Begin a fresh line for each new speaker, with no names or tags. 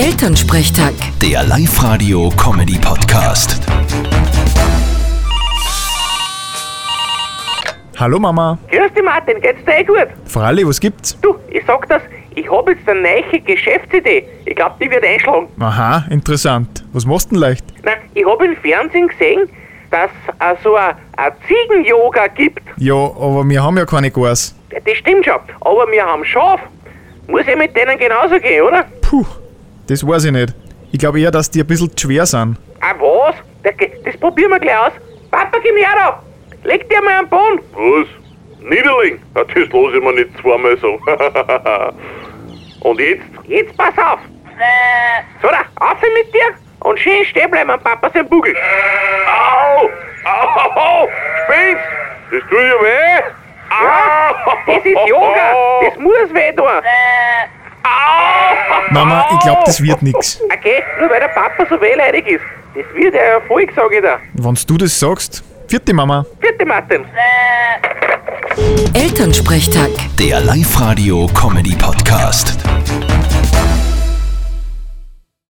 Elternsprechtag.
Der Live-Radio-Comedy-Podcast.
Hallo Mama.
Grüß dich Martin, geht's dir eh gut?
Fralli, was gibt's?
Du, ich sag das, ich hab jetzt eine neue Geschäftsidee. Ich glaub, die wird einschlagen.
Aha, interessant. Was machst denn leicht?
Nein, ich hab im Fernsehen gesehen, dass es so ein ein Ziegen-Yoga gibt.
Ja, aber wir haben ja keine Gars.
Das stimmt schon, aber wir haben Schaf. Muss ja mit denen genauso gehen, oder?
Puh, das weiß ich nicht. Ich glaube eher, dass die ein bisschen zu schwer sind.
Ah was? Das, ge- das probieren wir gleich aus. Papa, gib her da! Leg dir mal einen Boden!
Was? Niederling? Na, das lasse ich mir nicht zweimal sagen. Und jetzt?
Jetzt pass auf! So da, auf mit dir und schön stehen bleiben am Papa sein Bugel.
Au! Au! au, Spitz! Das tut ja weh!
Ja, das ist Yoga! Das muss weh tun!
Mama, ich glaube, das wird nix.
Okay, nur weil der Papa so wehleidig ist. Das wird ein Erfolg, sag ich dir.
Wenn du das sagst. Vierte Mama.
Vierte Martin.
Elternsprechtag.
Der Live-Radio-Comedy-Podcast.